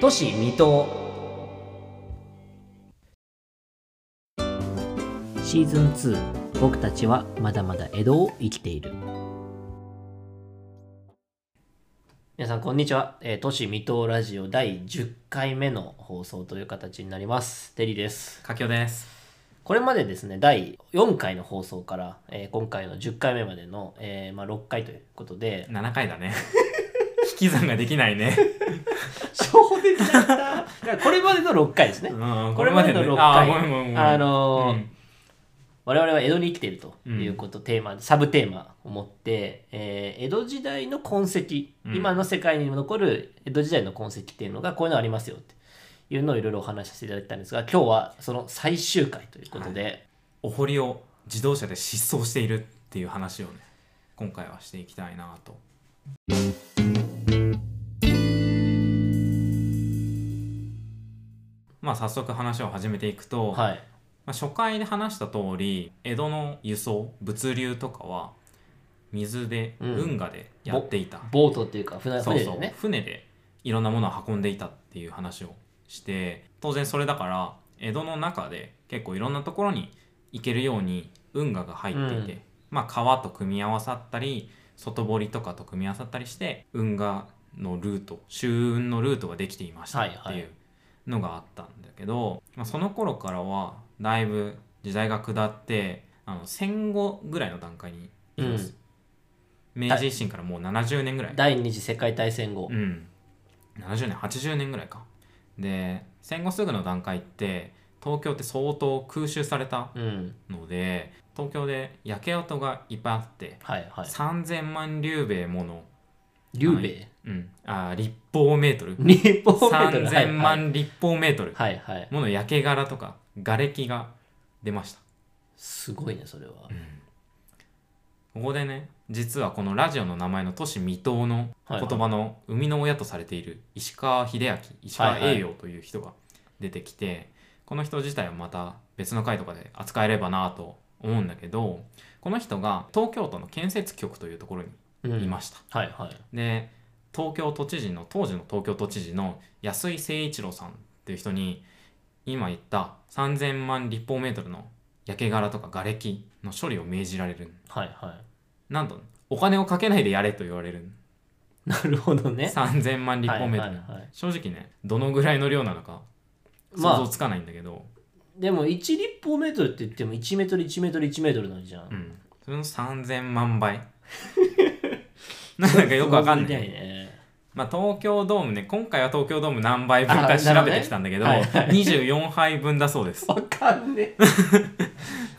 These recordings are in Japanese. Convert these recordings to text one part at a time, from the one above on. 都市水戸シーズン2僕たちはまだまだ江戸を生きている皆さんこんにちは、えー、都市水戸ラジオ第10回目の放送という形になりますテリーです佳境ですこれまでですね第4回の放送から、えー今回の10回目までの、えーまあ、6回ということで7回だね 引き算ができないね、 そうでした。 これまでの6回ですね。う ん、これまでのね6あ回。ーごめんごめんごめんあのーうん我々は江戸に生きているということ、テーマ、サブテーマを持って、えー江戸時代の痕跡、うん今の世界に残る江戸時代の痕跡っていうのが、こういうのありますよっていうのをいろいろお話しさせていただいたんですが、今日はその最終回ということで、お堀を自動車で失踪しているっていう話をね今回はしていきたいなとまあ早速話を始めていくと、はい。まあ、初回で話した通り江戸の輸送物流とかは水で、うん運河でやっていたボートっていうか、船そう船でそうね。船でいろんなものを運んでいたっていう話をして当然それだから江戸の中で結構いろんなところに行けるように運河が入っていて、うんまあ川と組み合わさったり外堀とかと組み合わさったりして運河のルート周運のルートができていましたってはいいはいうのがあったんだけど、まあ、その頃からはだいぶ時代が下ってあの戦後ぐらいの段階にいます、明治維新からもう70年ぐらい第二次世界大戦後。うん、70年80年ぐらいかで戦後すぐの段階って東京って相当空襲されたうん。ので東京で焼け跡がいっぱいあって、はいはい。 3000万竜兵衛もの、劉備。うん、あー立方メートル日本3000万立方メートルはいはい。はいはい。もの焼け殻とか瓦礫が出ましたすごいね、それは。ここでね実はこのラジオの名前の都市未踏の言葉の生みの親とされている石川秀明石川栄陽という人が出てきて、この人自体はまた別の回とかで扱えればなと思うんだけどこの人が東京都の建設局というところうにいんました、はいはい。で東京都知事の当時の東京都知事の安井誠一郎さんっていう人に今言った3,000万立方メートルの焼け殻とか瓦礫の処理を命じられるはいはなんとお金をかけないでやれと言われるい。なるほどね。 3,000万立方メートル、はいはいはい正直ねどのぐらいの量なのかまあ想像つかないんだけど、でも1立方メートルって言っても1メートル1メートル1メートルなんじゃん。うん、それの3,000万倍 なんかよくわかん想像なでい、きね。まあ、東京ドームね今回は東京ドーム何杯分あかなる調ほどべねてきたんだけどはい24杯分だそ うです わかんねえ。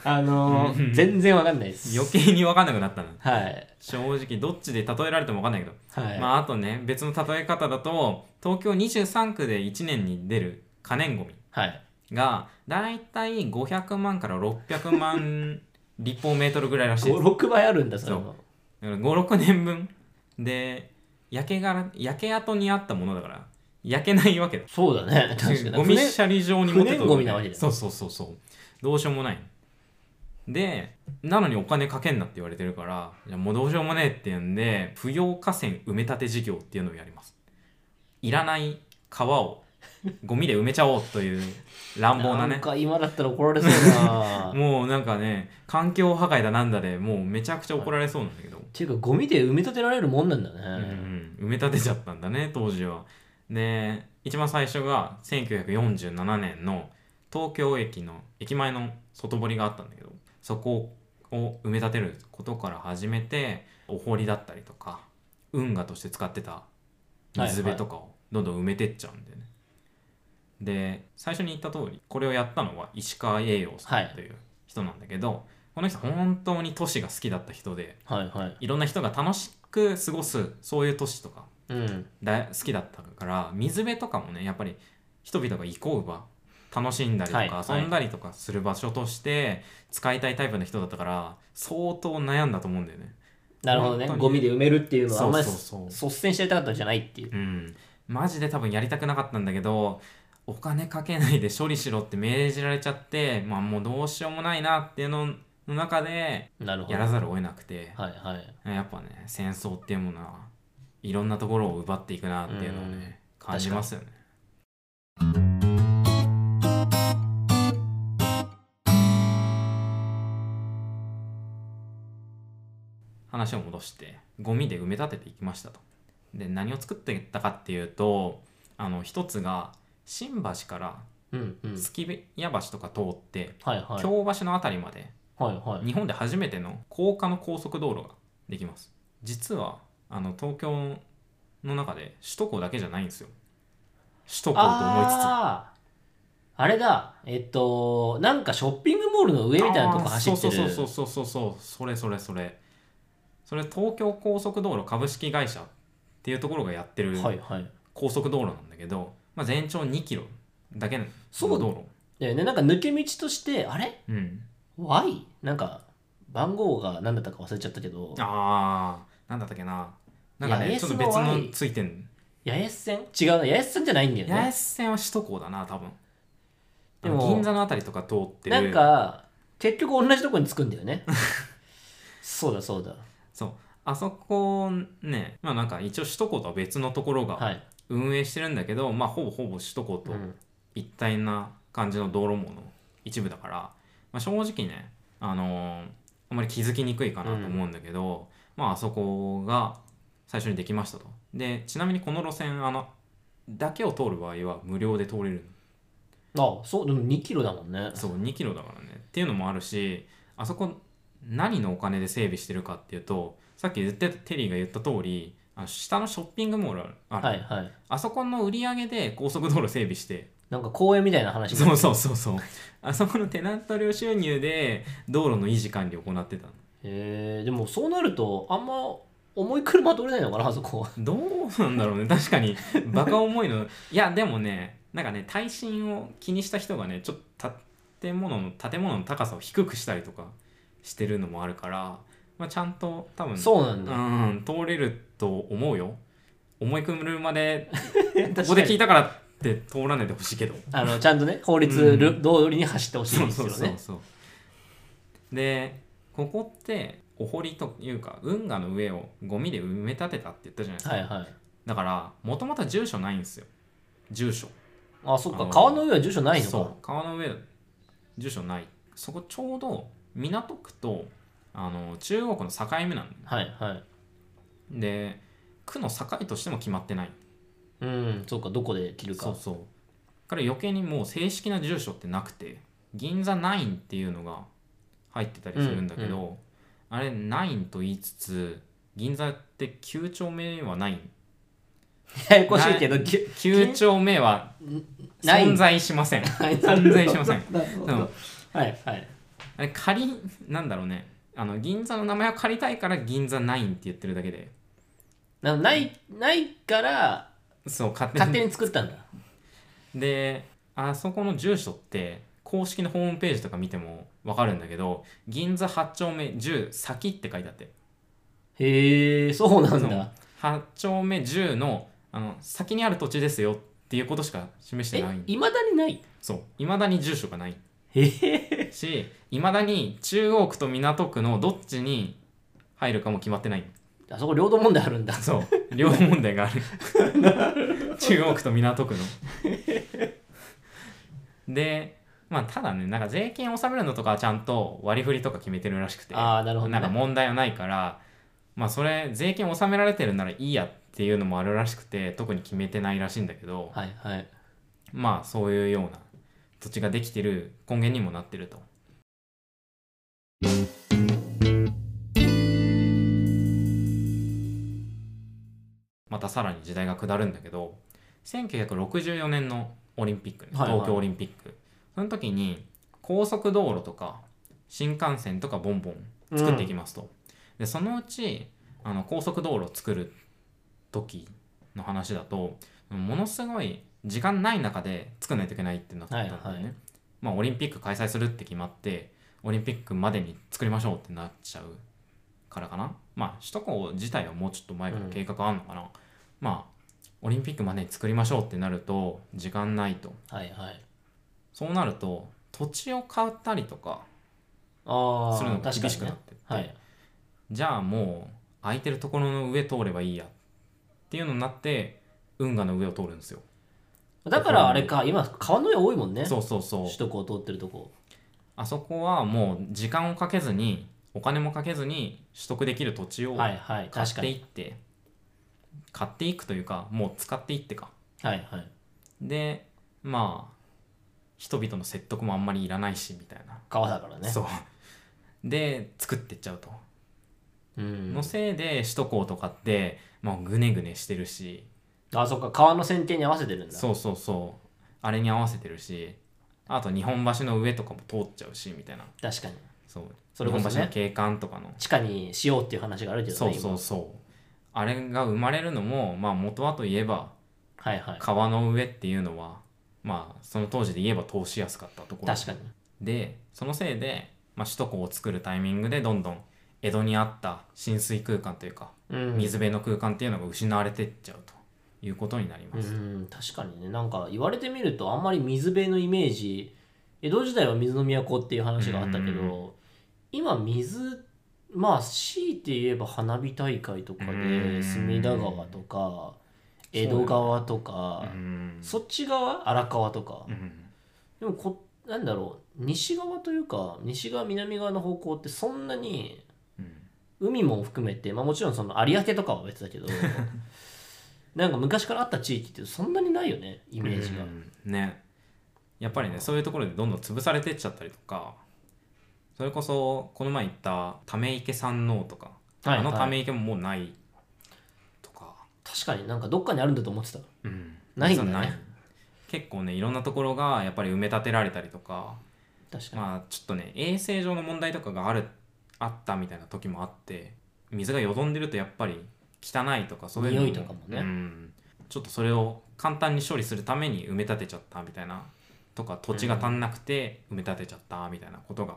あのー、全然わかんないです。余計に分かんなくなったのはい。正直どっちで例えられても分かんないけど、はい。まああとね別の例え方だと東京23区で1年に出る可燃ごみはい。がだいたい500万から600万立方メートルぐらいらしいです5、6倍あるんだ、それも。だから56年分で焼けがら焼け跡にあったものだから焼けないわけだそうだね。 確かに。ゴミ処理場に持って不燃ゴミなわけだよそうそうそうそうどうしようもないでなのにお金かけんなって言われてるからいやもうどうしようもねえって言うんで不要河川埋め立て事業っていうのをやりますいらない川をゴミで埋めちゃおうという乱暴ななねんか今だったら怒られそうだな。っもうなんかね環境破壊だなんだでもうめちゃくちゃ怒られそうなんだけど、ていうか、ゴミで埋め立てられるもんなんだうんね。うん埋め立てちゃったんだね当時は。で一番最初が1947年の東京駅の駅前の外堀があったんだけどそこを埋め立てることから始めてお堀だったりとか運河として使ってた水辺とかをどんどん埋めてっちゃうんだよね。で最初に言った通りこれをやったのは石川栄陽さんという人なんだけど、この人本当に都市が好きだった人で。はいはい。いろんな人が楽しく過ごすそういう都市とかうん。だ好きだったから水辺とかもねやっぱり人々が行こう場楽しんだりとか、はい遊んだりとかする場所として使いたいタイプの人だったから相当悩んだと思うんだよね。なるほどね。本当にゴミで埋めるっていうのはあんまりそうそう率先してやりたかったんじゃないっていう。うん、マジで多分やりたくなかったんだけどお金かけないで処理しろって命じられちゃって、まあ、もうどうしようもないなっていうのの中でなるほど。やらざるを得なくて、はいはい。やっぱね戦争っていうものはいろんなところを奪っていくなっていうのをうんね感じますよね話を戻してゴミで埋め立てていきましたと。で何を作っていったかっていうとあの一つが新橋からうんうん月屋橋とか通って、はいはい京橋の辺りまではいはい日本で初めての高架の高速道路ができます実はあの東京の中で首都高だけじゃないんですよ首都高と思いつつあーあれだえっとなんかショッピングモールの上みたいなとこ走ってるあーそうそうそうそうそうそうそれそれそれそれ東京高速道路株式会社っていうところがやってるはいはい高速道路なんだけど、まあ、全長2キロだけのそう道路だよねなんか抜け道としてあれうん、 Y? なんか番号が何だったか忘れちゃったけどあーなんだったっけななんかいやね AS ちょっと別のの Y ついてん八重洲線違うな八重洲線じゃないんだよ八重ね洲線は首都高だな多分でもあの銀座のあたりとか通ってるなんか結局同じとこに着くんだよ ねそうだそうだそうあそこねまあなんか一応首都高とは別のところはがい、運営してるんだけど、まあほぼほぼ首都高とうん一体な感じの道路網の一部だから、まあ、正直ね、あのーあんまり気づきにくいかなと思うんだけど、まああそこが最初にできましたとでちなみにこの路線あのだけを通る場合は無料で通れるあそうでも2キロだもんねそう2キロだからねっていうのもあるしあそこ何のお金で整備してるかっていうとさっき言ってたテリーが言った通りあの下のショッピングモールあるある、はいはいあそこの売り上げで高速道路整備してなんか公園みたいな話そうそうそうそうあそこのテナント料収入で道路の維持管理を行ってたのへえでもそうなるとあんま重い車取れないのかなあそこはどうなんだろうね確かにバカ重いのいやでもねなんかね耐震を気にした人がねちょっと建物の建物の高さを低くしたりとかしてるのもあるから、まあ、ちゃんと多分そうなんだうん通れると思うよ思い組むまで 確かこにこで聞いたからって通らないでほしいけどあのちゃんとね法律ル通りに走ってほしいそんうですそようねそうそう、でここってお堀というか運河の上をゴミで埋め立てたって言ったじゃないですか、はいはいだからもともと住所ないんですよ住所あそっあかの川の上は住所ないのかそう川の上住所ないそこちょうど港区とあの中国の境目なんはいはいで区の境としても決まってないうんそうかどこで切るかそうそうだから余計にもう正式な住所ってなくて銀座ナインっていうのが入ってたりするんだけど、あれナインと言いつつ銀座って9丁目はない ややこしいけどぎゅ9丁目は ない存在しませんはい存在しませんなるほどうんはいはいあれ仮なんだろうねあの銀座の名前を借りたいから銀座ナインって言ってるだけでなないないからそう勝手に勝手に作ったんだであそこの住所って公式のホームページとか見ても分かるんだけど銀座8丁目10先って書いてあってへえそうなんそうだ8丁目10のあの先にある土地ですよっていうことしか示してえないいまだにないそういまだに住所がないへしいまだに中央区と港区のどっちに入るかも決まってないあそこ領土問題あるんだそう両問題がある中央区と港区のでまあただねなんか税金を納めるのとかはちゃんと割り振りとか決めてるらしくてああなるほど、ね、なんか問題はないからまあそれ税金納められてるならいいやっていうのもあるらしくて特に決めてないらしいんだけどはいはいまあそういうような土地ができてる根源にもなってると。またさらに時代が下るんだけど1964年のオリンピックね、はいはい東京オリンピックその時に高速道路とか新幹線とかボンボン作っていきますと、でそのうちあの高速道路を作る時の話だとものすごい時間ない中で作らないといけないってなったんだよね、はいはいまあオリンピック開催するって決まってオリンピックまでに作りましょうってなっちゃうからかなまあ首都高自体はもうちょっと前から計画あんのかな、まあオリンピックまでに作りましょうってなると時間ないとはいはいそうなると土地を買ったりとかああするのが確か厳にしくなっねてって、はいじゃあもう空いてるところの上通ればいいやっていうのになって運河の上を通るんですよだからあれか今川の上多いもんねそうそうそう首都高を通ってるとこあそこはもう時間をかけずにお金もかけずに取得できる土地をはいはい買確っかていにって、買っていくというかもう使っていってかはいはいでまあ人々の説得もあんまりいらないしみたいな、川だからねそうで作ってっちゃうと、うんのせいで首都高とかってもうグネグネしてるしあそっか川の選定に合わせてるんだそうそうそうあれに合わせてるしあと日本橋の上とかも通っちゃうしみたいな確かにそうそれこそね日本橋の景観とかの地下にしようっていう話があるけどねそう今そうそうあれが生まれるのもまあ元はといえばはいはい川の上っていうのはまあその当時で言えば通しやすかったところ確かにでそのせいで、まあ、首都高を作るタイミングでどんどん江戸にあった浸水空間というかうん水辺の空間っていうのが失われてっちゃうということになりうます、ん確かにねなんか言われてみるとあんまり水辺のイメージ江戸時代は水の都っていう話があったけど、う今水まあ強いて言えば花火大会とかうでん隅田川とか江戸川とかうんそ,、っち側荒川とか、うんでもこなんだろう西側というか西側南側の方向ってそんなにうん海も含めて、まあ、もちろんその有明とかは別だ けどなんか昔からあった地域ってそんなにないよねイメージが、うんねやっぱりねそういうところでどんどん潰されてっちゃったりとかそれこそこの前言ったため池山王とか、はいあのためはい池ももうないとか、確かになんかどっかにあるんだと思ってたうんないんだね実は結構ねいろんなところがやっぱり埋め立てられたりとか確かに、まあちょっとね衛生上の問題とかがあるあったみたいな時もあって水がよどんでるとやっぱり汚いとかそういうの匂いとかもねうん、ちょっとそれを簡単に処理するために埋め立てちゃったみたいなとか土地が足んなくて埋め立てちゃったみたいなことが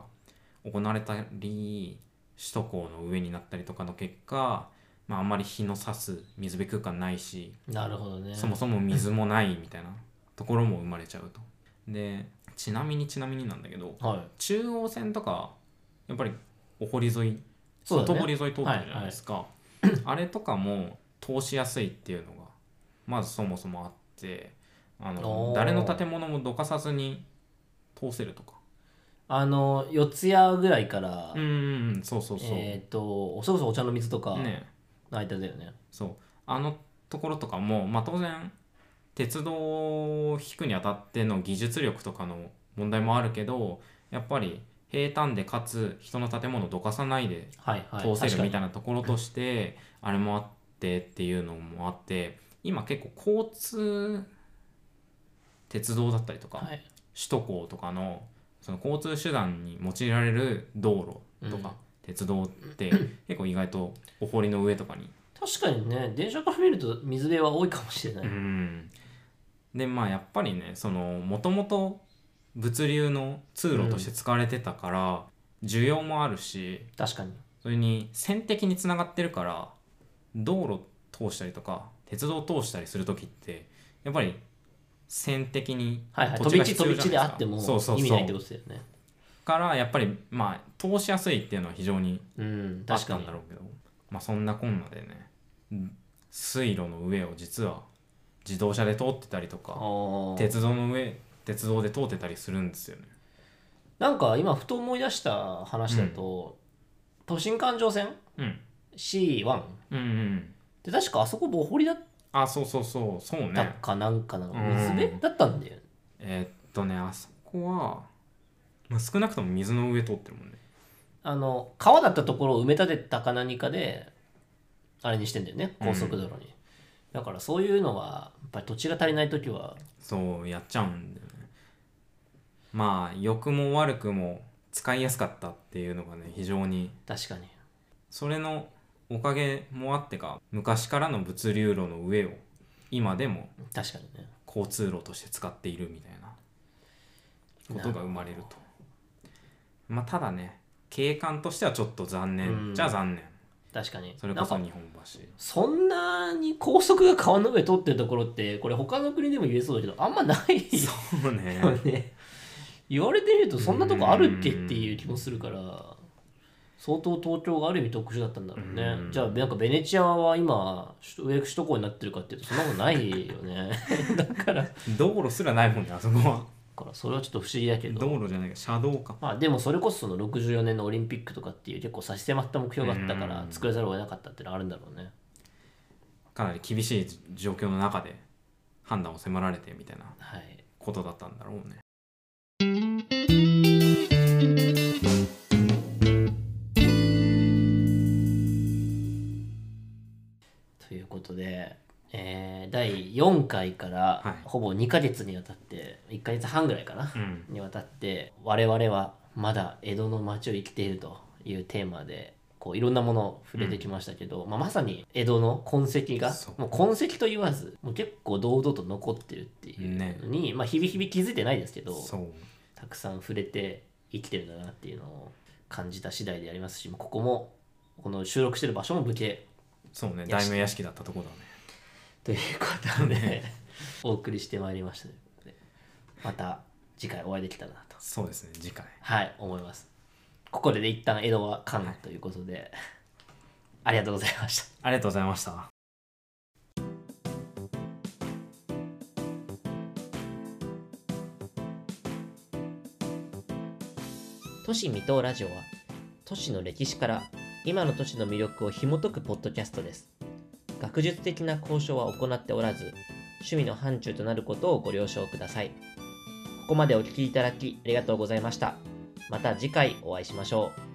行われたり首都高の上になったりとかの結果、まあ、あんまり日の差す水辺空間ないしなるほどねそもそも水もないみたいなところも生まれちゃうと。でちなみにちなみになんだけどはい中央線とかやっぱりお堀沿いそうだ外ね堀沿い通ってるじゃないですか、 あれとかも通しやすいっていうのがまずそもそもあってあのおー誰の建物もどかさずに通せるとかあの四谷ぐらいから、うんうんうんそうそうそう、えっ、とそれこそお茶の水とかねの間だよねそうあのところとかも、まあ、当然鉄道を引くにあたっての技術力とかの問題もあるけどやっぱり平坦でかつ人の建物をどかさないではいはい通せ確かるみにたいなところとしてあれもあってっていうのもあって今結構交通鉄道だったりとか、はい首都高とかのその交通手段に用いられる道路とか、うん鉄 道って結構意外とお堀の上とかに。確かにね電車から見ると水辺は多いかもしれない、うん、でまあやっぱりねそのもともと物流の通路として使われてたから、需要もあるし確かにそれに線的につながってるから道路通したりとか鉄道通したりする時ってやっぱり線的にはいはい飛土地びが地必飛要びじゃないですか地であってもそうそうそう意味ないってことだよねからやっぱりまあ通しやすいっていうのは非常にうんあ確っかたにんだろうけどまあそんなこんなでねうん水路の上を実は自動車で通ってたりとかあー鉄道の上鉄道で通ってたりするんですよね。なんか今ふと思い出した話だと、都心環状線うん、 C1 うんうんで確かあそこボホリだっあそうそうそうそうたね。かなんかなの、うん水辺だったんだよねえーっとねあそこは、まあ、少なくとも水の上通ってるもんね。あの川だったところを埋め立てたか何かであれにしてんだよね高速道路に、だからそういうのはやっぱり土地が足りない時はそうやっちゃうんだよねまあ良くも悪くも使いやすかったっていうのがね非常に確かにそれのおかげもあってか昔からの物流路の上を今でも確かにね交通路として使っているみたいなことが生まれるとまあただね景観としてはちょっと残う念んじゃあ残念確かにそれこそなんか日本橋そんなに高速が川の上通ってるところってこれ他の国でも言えそうだけどあんまないそう ねよね言われてみるとそんなとこあるっけっていう気もするから相当東京がある意味特殊だったんだろうねうんじゃあなんかベネチアは今首都上首都 高になってるかっていうとそんなことないよねだから道路すらないもんねあそこはからそれはちょっと不思議だけど道路じゃないか車道かまあでもそれこそその64年のオリンピックとかっていう結構差し迫った目標があったからうん作らざるを得なかったってのはあるんだろうねかなり厳しい状況の中で判断を迫られてみたいなはいことだったんだろうねということで、えー第4回からはいほぼ2ヶ月にわたって1ヶ月半ぐらいかなうんにわたって我々はまだ江戸の町を生きているというテーマでこういろんなものを触れてきましたけど、まあ、まさに江戸の痕跡がそうもう痕跡と言わずもう結構堂々と残ってるっていうのに、まあ、日々日々気づいてないですけどそうたくさん触れて生きてるんだなっていうのを感じた次第でありますしここもこの収録してる場所も武家そうね屋敷大名屋敷だったとこだねということでお送りしてまいりましたということでまた次回お会いできたらなとそうですね次回はい思いますここでね一旦江戸は完ということで、ありがとうございましたありがとうございました都市未踏ラジオは都市の歴史から今の都市の魅力を紐解くポッドキャストです学術的な交渉は行っておらず趣味の範疇となることをご了承くださいここまでお聞きいただきありがとうございましたまた次回お会いしましょう